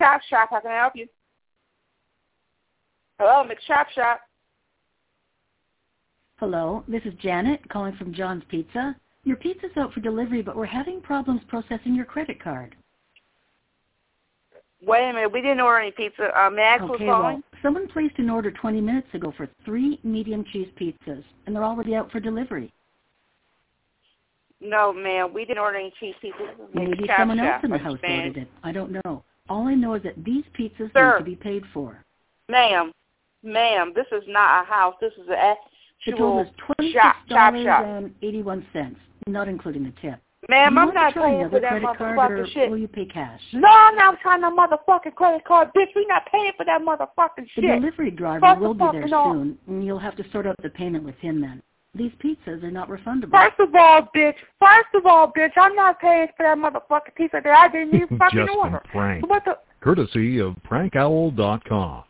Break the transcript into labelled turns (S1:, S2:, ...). S1: Chop Shop. How can I help you? Hello, Miss Chop Shop.
S2: Hello, this is Janet calling from John's Pizza. Your pizza's out for delivery, but we're having problems processing your credit card.
S1: Wait a minute. We didn't order any pizza. Uh, Max was
S2: okay, well,
S1: calling.
S2: someone placed an order 20 minutes ago for three medium cheese pizzas, and they're already out for delivery.
S1: No, ma'am. We didn't order any cheese pizza. This is Miss
S2: Maybe
S1: Chop
S2: someone
S1: Shop.
S2: else in the house
S1: Understand?
S2: ordered it. I don't know. All I know is that these pizzas
S1: Sir.
S2: need to be paid for.
S1: Ma'am, ma'am, this is not a house. This is an
S2: The
S1: actual
S2: total is twenty
S1: shop, shop, shop.
S2: dollars eighty-one cents, not including the tip. Do
S1: Ma'am,
S2: you
S1: I'm
S2: want
S1: not
S2: to try
S1: paying for
S2: another
S1: that
S2: credit card, or
S1: motherfucking shit.
S2: will you pay cash?
S1: No, I'm not trying no motherfucking credit card, bitch. We not paying for that motherfucking
S2: The
S1: shit.
S2: delivery driver
S1: Fuck the
S2: will be there
S1: fucking all.
S2: soon, and you'll have to sort out the payment with him then. These pizzas are not refundable.
S1: First of all, bitch. First of all, bitch. I'm not paying for that motherfucking pizza that I didn't even fucking
S3: Just
S1: order.
S3: from Frank.
S1: What the?
S3: Courtesy of prankowl.com.